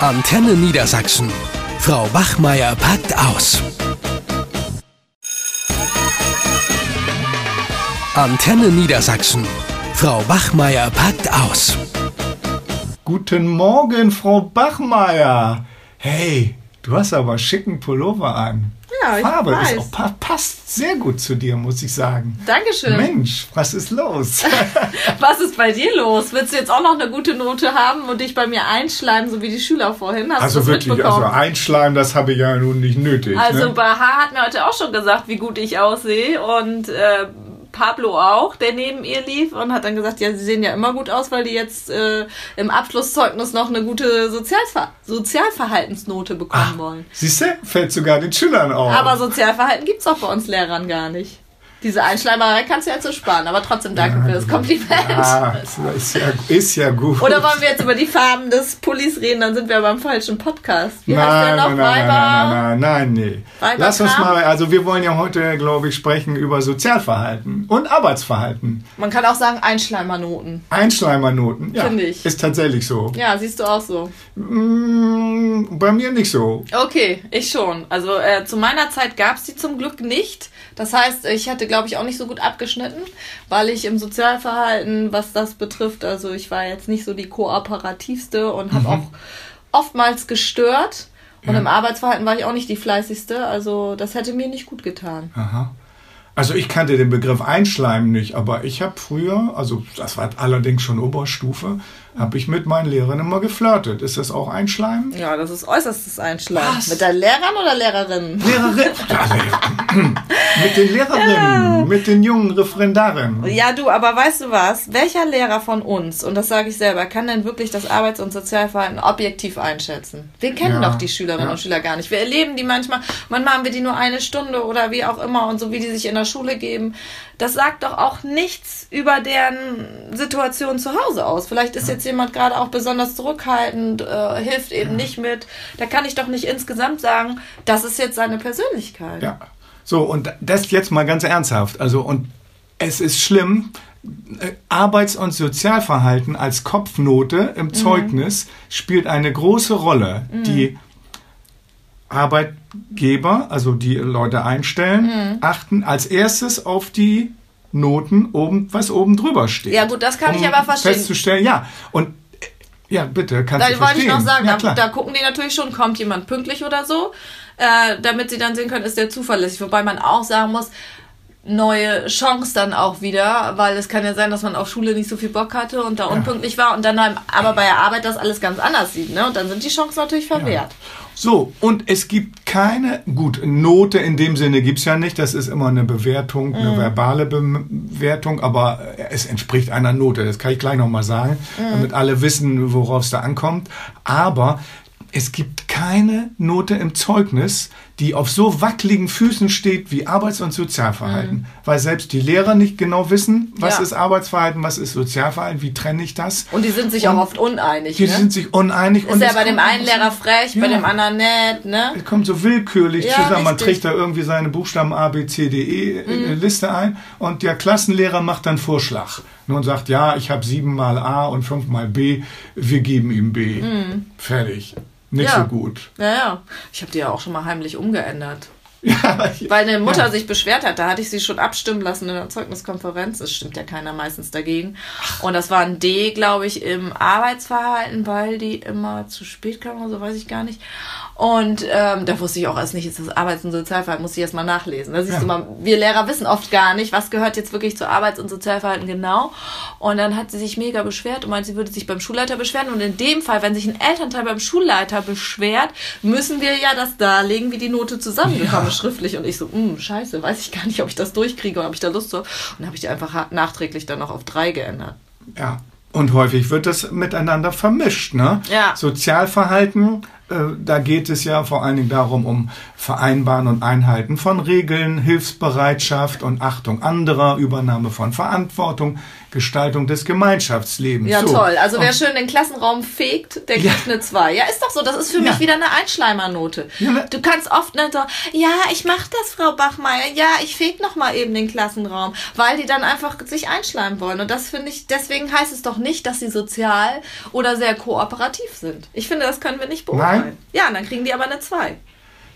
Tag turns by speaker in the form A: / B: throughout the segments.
A: Antenne Niedersachsen. Frau Wachmeier packt aus. Antenne Niedersachsen. Frau Wachmeier packt aus.
B: Guten Morgen, Frau Bachmeier. Hey, du hast aber schicken Pullover an.
C: Ja, ich
B: Farbe
C: weiß.
B: ist auch, pa- passt sehr gut zu dir, muss ich sagen.
C: Dankeschön.
B: Mensch, was ist los?
C: Was ist bei dir los? Willst du jetzt auch noch eine gute Note haben und dich bei mir einschleimen, so wie die Schüler vorhin? Hast du
B: also
C: das
B: wirklich, also
C: mitbekommen?
B: einschleimen, das habe ich ja nun nicht nötig.
C: Also
B: ne?
C: Baha hat mir heute auch schon gesagt, wie gut ich aussehe und äh, Pablo auch, der neben ihr lief und hat dann gesagt, ja, sie sehen ja immer gut aus, weil die jetzt äh, im Abschlusszeugnis noch eine gute Sozialver Sozialverhaltensnote bekommen wollen.
B: Siehst du, fällt sogar den Schülern auf.
C: Aber Sozialverhalten gibt's auch bei uns Lehrern gar nicht. Diese Einschleimerei kannst du jetzt ersparen, aber trotzdem danke für das Kompliment.
B: ja, Ah, ist ja, ist ja gut.
C: Oder wollen wir jetzt über die Farben des Pullis reden? Dann sind wir beim falschen Podcast. Wie heißt
B: Nein,
C: der noch?
B: nein, nein,
C: Weiber?
B: nein, nein, nein, nein, nee.
C: Weiber
B: Lass uns
C: Kram?
B: mal, also wir wollen ja heute, glaube ich, sprechen über Sozialverhalten und Arbeitsverhalten.
C: Man kann auch sagen Einschleimernoten.
B: Einschleimernoten, ja,
C: Finde ich.
B: ist tatsächlich so.
C: Ja, siehst du auch so.
B: Mm, bei mir nicht so.
C: Okay, ich schon. Also äh, zu meiner Zeit gab's die zum Glück nicht. Das heißt, ich hätte, glaube ich, auch nicht so gut abgeschnitten, weil ich im Sozialverhalten, was das betrifft, also ich war jetzt nicht so die kooperativste und
B: Mhm.
C: habe auch oftmals gestört. Und im Arbeitsverhalten war ich auch nicht die fleißigste. Also das hätte mir nicht gut getan.
B: Aha. Also ich kannte den Begriff Einschleimen nicht, aber ich habe früher, also das war allerdings schon Oberstufe, habe ich mit meinen Lehrern immer geflirtet. Ist das auch Einschleimen?
C: Ja, das ist äußerstes Einschlagen.
B: Was?
C: Mit der Lehrern oder Lehrerinnen?
B: Lehrerin, also, mit den Lehrerinnen, mit den jungen Referendarinnen.
C: Ja, du, aber weißt du was? Welcher Lehrer von uns, und das sage ich selber, kann denn wirklich das Arbeits- und Sozialverhalten objektiv einschätzen? Wir kennen
B: Ja,
C: doch die Schülerinnen
B: ja.
C: und Schüler gar nicht. Wir erleben die manchmal, manchmal haben wir die nur eine Stunde oder wie auch immer und so, wie die sich in der Schule geben. Das sagt doch auch nichts über deren Situation zu Hause aus. Vielleicht ist jetzt jemand gerade auch besonders zurückhaltend, äh, hilft eben nicht mit. Da kann ich doch nicht insgesamt sagen, das ist jetzt seine Persönlichkeit.
B: Ja. So, und das jetzt mal ganz ernsthaft. Also, und es ist schlimm, äh, Arbeits- und Sozialverhalten als Kopfnote
C: Mhm.
B: im Zeugnis spielt eine große Rolle, die Arbeitgeber, also die Leute einstellen,
C: Mhm.
B: achten als erstes auf die Noten oben, was oben drüber steht. Um
C: Ja, gut, das kann ich aber verstehen.
B: Festzustellen, ja. Und äh, ja, bitte, kannst du
C: Da wollte ich
B: verstehen.
C: noch sagen,
B: ja,
C: da,
B: klar.
C: da gucken die natürlich schon, kommt jemand pünktlich oder so, äh, damit sie dann sehen können, ist der zuverlässig. Wobei man auch sagen muss, neue Chance dann auch wieder, weil es kann ja sein, dass man auf Schule nicht so viel Bock hatte und da unpünktlich war und dann halt aber bei der Arbeit das alles ganz anders sieht. Ne? Und dann sind die Chancen natürlich verwehrt.
B: So, und es gibt keine, gut, Note in dem Sinne gibt's ja nicht, das ist immer eine Bewertung, eine
C: Mhm.
B: verbale Bewertung, aber äh, es entspricht einer Note, das kann ich gleich nochmal sagen,
C: Mhm.
B: damit alle wissen, worauf es da ankommt. Aber es gibt keine Note im Zeugnis, die auf so wackeligen Füßen steht wie Arbeits- und Sozialverhalten, weil selbst die Lehrer nicht genau wissen, was
C: Mhm. Ja.
B: ist Arbeitsverhalten, was ist Sozialverhalten, wie trenne ich das.
C: Und die sind sich auch oft uneinig.
B: Die
C: Ne?
B: sind sich uneinig.
C: Ist ja
B: es
C: bei dem
B: kommt-
C: einen Lehrer frech, bei
B: Ja.
C: dem anderen nett, ne?
B: Es kommt so willkürlich
C: Ja,
B: zusammen. Man
C: richtig. Mhm.
B: trägt da irgendwie seine Buchstaben A, B, C, D, E in eine Liste ein und der Klassenlehrer macht dann Vorschlag Ne, und sagt, ja, ich habe siebenmal A und fünfmal B, wir geben ihm B. Fertig. Nicht
C: Mhm. Ja.
B: so gut.
C: Ja, ja. Ich habe die ja auch schon mal heimlich umgeändert.
B: Ja,
C: Weil eine Mutter sich beschwert hat, da hatte ich sie schon abstimmen lassen in der Zeugniskonferenz. Es stimmt ja keiner meistens dagegen. Und das war ein D, glaube ich, im Arbeitsverhalten, weil die immer zu spät kam oder so, weiß ich gar nicht. Und ähm, da wusste ich auch erst nicht, ist das Arbeits- und Sozialverhalten, muss ich erst mal nachlesen. Da siehst
B: Ja.
C: du mal, wir Lehrer wissen oft gar nicht, was gehört jetzt wirklich zu Arbeits- und Sozialverhalten genau. Und dann hat sie sich mega beschwert und meint, sie würde sich beim Schulleiter beschweren. Und in dem Fall, wenn sich ein Elternteil beim Schulleiter beschwert, müssen wir ja das darlegen, wie die Note zusammengekommen ist, schriftlich. Und ich so, hm, scheiße, weiß ich gar nicht, ob ich das durchkriege oder ob ich da Lust zu habe. Und dann habe ich die einfach ha- nachträglich dann noch auf drei geändert.
B: Ja. Und häufig wird das miteinander vermischt. Ne?
C: Ja.
B: Sozialverhalten, äh, da geht es ja vor allen Dingen darum, um Vereinbaren und Einhalten von Regeln, Hilfsbereitschaft und Achtung anderer, Übernahme von Verantwortung, Gestaltung des Gemeinschaftslebens.
C: Ja,
B: Hm. so.
C: toll. Also wer
B: Und-
C: schön den Klassenraum fegt, der
B: Ja.
C: kriegt eine 2. Ja, ist doch so. Das ist für
B: Ja.
C: mich wieder eine Einschleimernote.
B: Ja, ne?
C: du kannst oft nicht so, ja, ich mach das, Frau Bachmeier. Ja, ich feg noch mal eben den Klassenraum. Weil die dann einfach sich einschleimen wollen. Und das finde ich, deswegen heißt es doch nicht, dass sie sozial oder sehr kooperativ sind. Ich finde, das können wir nicht beurteilen.
B: Nein.
C: Ja, und dann kriegen die aber eine 2.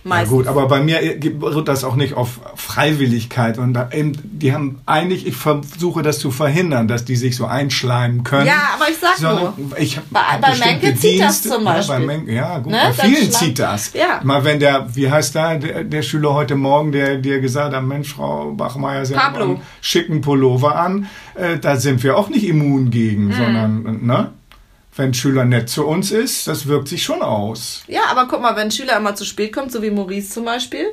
B: Ja
C: Meistens.
B: gut, aber bei mir beruht das auch nicht auf Freiwilligkeit. Und da eben, die haben eigentlich, ich versuche das zu verhindern, dass die sich so einschleimen können.
C: Ja, aber ich sag
B: Sondern Ich hab,
C: Bei-
B: hab
C: bei
B: bestimmte
C: Menke zieht das
B: Dienste-
C: zum
B: Ja,
C: Beispiel.
B: bei Menke, ja gut,
C: Ne?
B: bei
C: Dann
B: vielen
C: schlag-
B: zieht das.
C: Ja.
B: Mal wenn der, wie heißt da, der, der Schüler heute Morgen, der dir gesagt hat, Mensch, Frau Bachmeier, Sie
C: Pablo.
B: haben einen schicken Pullover an. Äh, da sind wir auch nicht immun gegen,
C: Mhm.
B: sondern, ne? Wenn ein Schüler nett zu uns ist, das wirkt sich schon aus.
C: Ja, aber guck mal, wenn ein Schüler immer zu spät kommt, so wie Maurice zum Beispiel,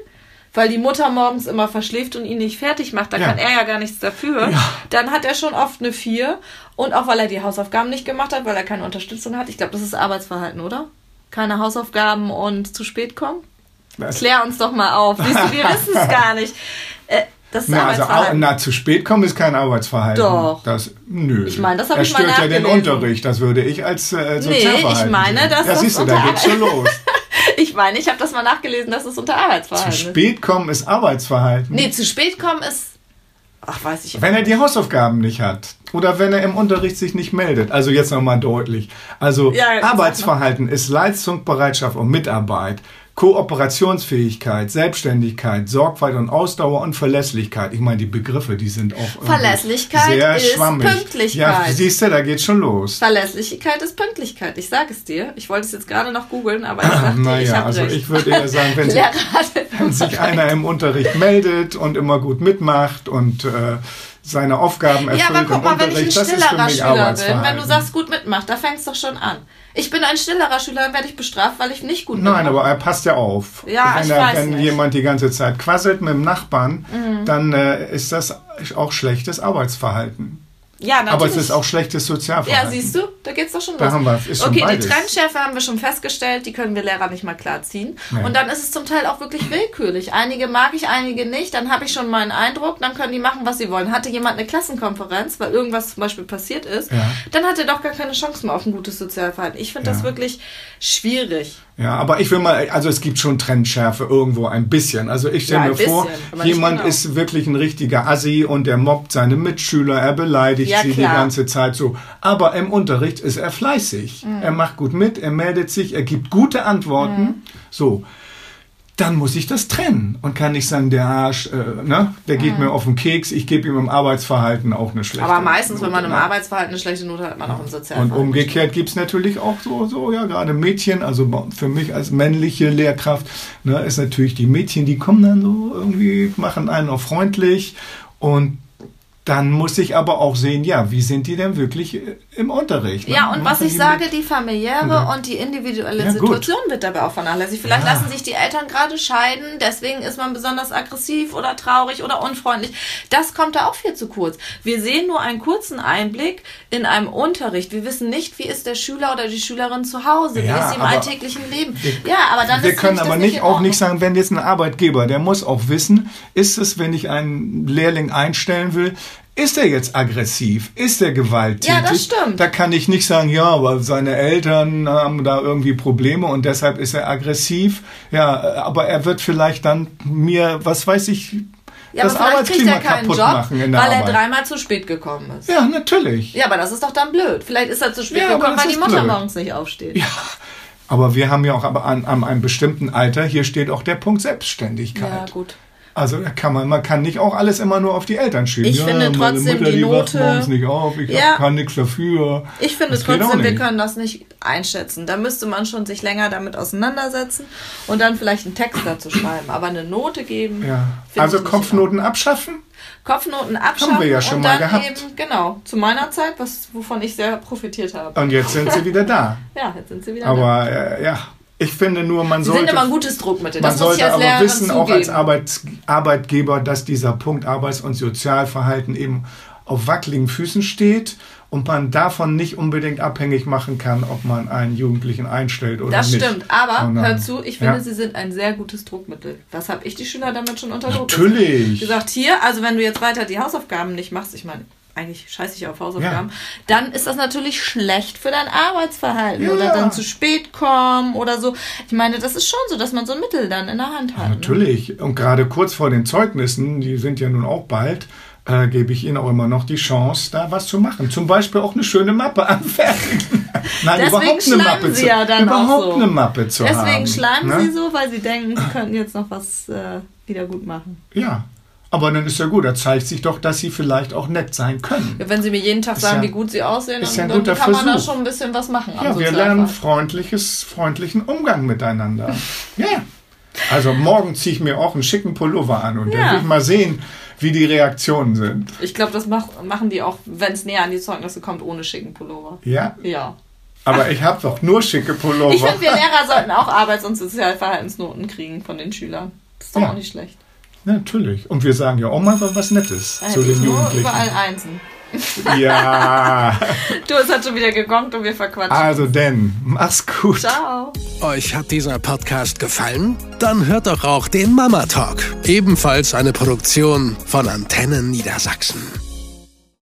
C: weil die Mutter morgens immer verschläft und ihn nicht fertig macht, da
B: Ja.
C: kann er ja gar nichts dafür, dann hat er schon oft eine 4 und auch weil er die Hausaufgaben nicht gemacht hat, weil er keine Unterstützung hat. Ich glaube, das ist Arbeitsverhalten, oder? Keine Hausaufgaben und zu spät kommen?
B: Das-
C: Klär uns doch mal auf. Siehst du, wir wissen es gar nicht. Äh, das ist
B: Na, also au-
C: Arbeitsverhalten.
B: na, zu spät kommen ist kein Arbeitsverhalten.
C: Doch.
B: Das, nö.
C: Ich meine, das hab ich mal
B: stört ja den
C: nachgelesen.
B: Unterricht. Das würde ich als äh, Sozialverhalten
C: ich meine,
B: sehen.
C: dass
B: Ja,
C: das
B: siehst du, da
C: unter
B: geht's schon los.
C: ich meine, ich habe das mal nachgelesen, dass es unter
B: zu
C: Arbeitsverhalten ist.
B: spät kommen ist Arbeitsverhalten.
C: Nee, zu spät kommen ist. Ach, weiß ich.
B: Wenn er die Hausaufgaben nicht hat oder wenn er im Unterricht sich nicht meldet. Also jetzt nochmal deutlich. Also
C: Ja, jetzt
B: Arbeitsverhalten ist Leistung, Bereitschaft und Mitarbeit. Kooperationsfähigkeit, Selbstständigkeit, Sorgfalt und Ausdauer und Verlässlichkeit. Ich meine, die Begriffe, die sind auch irgendwie
C: Verlässlichkeit
B: sehr
C: ist
B: schwammig. Ja,
C: Pünktlichkeit.
B: siehst du, da geht schon los.
C: Verlässlichkeit ist Pünktlichkeit. Ich sage es dir. Ich wollte es jetzt gerade noch googeln, aber ich sag dir, ich
B: Naja,
C: habe
B: also
C: recht.
B: ich würde eher sagen, wenn sich,
C: Lehrer hatte
B: wenn sich einer im Unterricht meldet und immer gut mitmacht und äh, seine Aufgaben
C: ja,
B: erfüllt
C: aber guck
B: im
C: mal, wenn ich ein
B: Unterricht, das ist für
C: stillerer
B: mich
C: Schüler bin, wenn du
B: Arbeitsverhalten.
C: sagst, gut mitmacht, da fängst doch schon an. Ich bin ein stillerer Schüler, dann werde ich bestraft, weil ich nicht gut
B: Nein,
C: mitmache.
B: aber er passt ja auf.
C: Ja,
B: wenn
C: ich
B: er,
C: weiß
B: wenn
C: nicht. Mhm.
B: jemand die ganze Zeit quasselt mit dem Nachbarn, dann äh, ist das auch schlechtes Arbeitsverhalten.
C: ja, natürlich.
B: Aber es ist auch schlechtes Sozialverhalten.
C: ja, siehst du, da geht's doch schon
B: Da
C: los.
B: haben wir- ist schon
C: okay,
B: beides.
C: die Trennschärfe haben wir schon festgestellt, die können wir Lehrer nicht mal klar ziehen.
B: Nee.
C: Und dann ist es zum Teil auch wirklich willkürlich. Einige mag ich, einige nicht. Dann habe ich schon meinen Eindruck, dann können die machen, was sie wollen. Hatte jemand eine Klassenkonferenz, weil irgendwas zum Beispiel passiert ist,
B: Ja.
C: dann hat er doch gar keine Chance mehr auf ein gutes Sozialverhalten. Ich finde das
B: Ja.
C: wirklich schwierig.
B: Ja, aber ich will mal, also es gibt schon Trendschärfe irgendwo ein bisschen. Also ich stelle
C: Ja, ein
B: mir vor,
C: bisschen, aber nicht
B: jemand
C: genau.
B: ist wirklich ein richtiger Assi und der mobbt seine Mitschüler, er beleidigt
C: Ja,
B: sie
C: klar.
B: die ganze Zeit so. Aber im Unterricht ist er fleißig.
C: Mhm.
B: Er macht gut mit, er meldet sich, er gibt gute Antworten. So. Dann muss ich das trennen und kann nicht sagen, der Arsch, äh, ne, der geht mir auf den Keks, ich gebe ihm im Arbeitsverhalten auch eine schlechte.
C: Mhm. Aber meistens, wenn man im
B: Note.
C: Arbeitsverhalten eine schlechte Note hat, hat man auch
B: Und
C: im
B: um
C: Sozialverhalten.
B: umgekehrt gibt's natürlich auch so, so, ja, gerade Mädchen, also für mich als männliche Lehrkraft, ne, ist natürlich die Mädchen, die kommen dann so irgendwie, machen einen auch freundlich und dann muss ich aber auch sehen, ja, wie sind die denn wirklich äh, im Unterricht? ne?
C: Ja, und was
B: Machen
C: ich
B: die
C: sage, die familiäre
B: Ja.
C: und die individuelle
B: Ja, gut.
C: Situation wird dabei auch vernachlässigt. Vielleicht
B: Ja.
C: lassen sich die Eltern gerade scheiden, deswegen ist man besonders aggressiv oder traurig oder unfreundlich. Das kommt da auch viel zu kurz. Wir sehen nur einen kurzen Einblick in einem Unterricht. Wir wissen nicht, wie ist der Schüler oder die Schülerin zu Hause, wie
B: Ja,
C: ist sie im
B: aber-
C: alltäglichen Leben. ja, aber dann
B: wir
C: ist
B: können
C: nämlich Also das
B: aber nicht
C: in
B: auch
C: Ordnung.
B: nicht sagen, wenn jetzt ein Arbeitgeber, der muss auch wissen, ist es, wenn ich einen Lehrling einstellen will, ist er jetzt aggressiv? Ist er gewalttätig?
C: Ja, das stimmt.
B: Da kann ich nicht sagen, ja, aber seine Eltern haben da irgendwie Probleme und deshalb ist er aggressiv. Ja, aber er wird vielleicht dann mir, was weiß ich,
C: Ja,
B: das
C: aber vielleicht kriegt
B: Arbeitsklima
C: er keinen
B: kaputt
C: Job,
B: machen in
C: weil
B: der
C: er
B: Arbeit.
C: dreimal zu spät gekommen ist.
B: ja, natürlich.
C: Ja, aber das ist doch dann blöd. Vielleicht ist er zu spät
B: Ja, aber
C: gekommen,
B: das
C: weil die
B: ist
C: Mutter
B: blöd.
C: morgens nicht aufsteht.
B: Aber wir haben ja auch aber an, an einem bestimmten Alter, hier steht auch der Punkt Selbstständigkeit.
C: ja gut.
B: Also da kann man, man kann nicht auch alles immer nur auf die Eltern schieben. ne?
C: Ich finde
B: meine
C: trotzdem
B: Mutter,
C: die
B: wacht
C: Note-
B: morgens nicht auf, ich
C: Ja.
B: hab kann nichts dafür.
C: Ich finde
B: Das geht auch
C: trotzdem, wir
B: nicht.
C: können das nicht einschätzen. Da müsste man schon sich länger damit auseinandersetzen und dann vielleicht einen Text dazu schreiben. Aber eine Note geben.
B: Ja.
C: finde
B: Also
C: ich nicht
B: Kopfnoten abschaffen?
C: in Ordnung. Kopfnoten abschaffen
B: wir ja schon
C: und
B: mal
C: dann
B: gehabt.
C: eben, genau, zu meiner Zeit, was, wovon ich sehr profitiert habe.
B: Und jetzt sind sie wieder da.
C: Ja, jetzt sind sie wieder da.
B: Aber äh, ja, ich finde nur, man
C: Sie sind
B: sollte.
C: immer ein gutes Druckmittel.
B: man
C: Das muss ich
B: sollte
C: als
B: aber
C: Lehrerin
B: wissen,
C: zugeben.
B: auch als Arbeit, Arbeitgeber, dass dieser Punkt Arbeits- und Sozialverhalten eben auf wackeligen Füßen steht und man davon nicht unbedingt abhängig machen kann, ob man einen Jugendlichen einstellt oder
C: das
B: nicht.
C: stimmt, aber
B: Sondern-
C: hör zu, ich finde,
B: Ja.
C: sie sind ein sehr gutes Druckmittel. Was habe ich die Schüler damit schon unter Druck gesetzt?
B: Natürlich.
C: gesagt, hier, also wenn du jetzt weiter die Hausaufgaben nicht machst, ich meine, eigentlich scheiße ich auf Hausaufgaben, dann ist das natürlich schlecht für dein Arbeitsverhalten oder dann zu spät kommen oder so. Ich meine, das ist schon so, dass man so ein Mittel dann in der Hand hat. ne?
B: Natürlich. Und gerade kurz vor den Zeugnissen, die sind ja nun auch bald, äh, gebe ich Ihnen auch immer noch die Chance, da was zu machen. Zum Beispiel auch eine schöne Mappe anfertigen. Nein,
C: Deswegen
B: überhaupt eine
C: schleimen
B: Mappe
C: Sie
B: zu,
C: ja dann auch
B: überhaupt
C: so.
B: eine Mappe zu haben.
C: Deswegen schleimen
B: ne?
C: sie so, weil sie denken, sie könnten jetzt noch was äh, wieder gut machen.
B: Ja. Aber dann ist ja gut, da zeigt sich doch, dass sie vielleicht auch nett sein können.
C: Wenn sie mir jeden Tag sagen,
B: ja-
C: wie gut sie aussehen,
B: ist
C: dann,
B: ja ein
C: dann
B: guter
C: kann man da
B: Versuch.
C: schon ein bisschen was machen. also am
B: Ja, wir
C: Sozialfall.
B: lernen freundliches, freundlichen Umgang miteinander. ja. Also morgen ziehe ich mir auch einen schicken Pullover an und
C: Ja.
B: dann will ich mal sehen, wie die Reaktionen sind.
C: Ich glaube, das mach, machen die auch, wenn es näher an die Zeugnisse kommt, ohne schicken Pullover.
B: Ja,
C: Ja.
B: aber ich habe doch nur schicke Pullover.
C: Ich finde, wir Lehrer sollten auch Arbeits- und Sozialverhaltensnoten kriegen von den Schülern. Das ist doch
B: Ja.
C: auch nicht schlecht.
B: Natürlich. Und wir sagen ja auch mal was Nettes
C: Da
B: zu
C: hätte ich
B: den
C: nur
B: Jugendlichen.
C: überall Einsen.
B: Ja,
C: Du, es hat schon wieder gegongt und wir verquatschen.
B: also denn, mach's gut.
C: Ciao.
A: Euch hat dieser Podcast gefallen? Dann hört doch auch den Mama Talk, ebenfalls eine Produktion von Antennen Niedersachsen.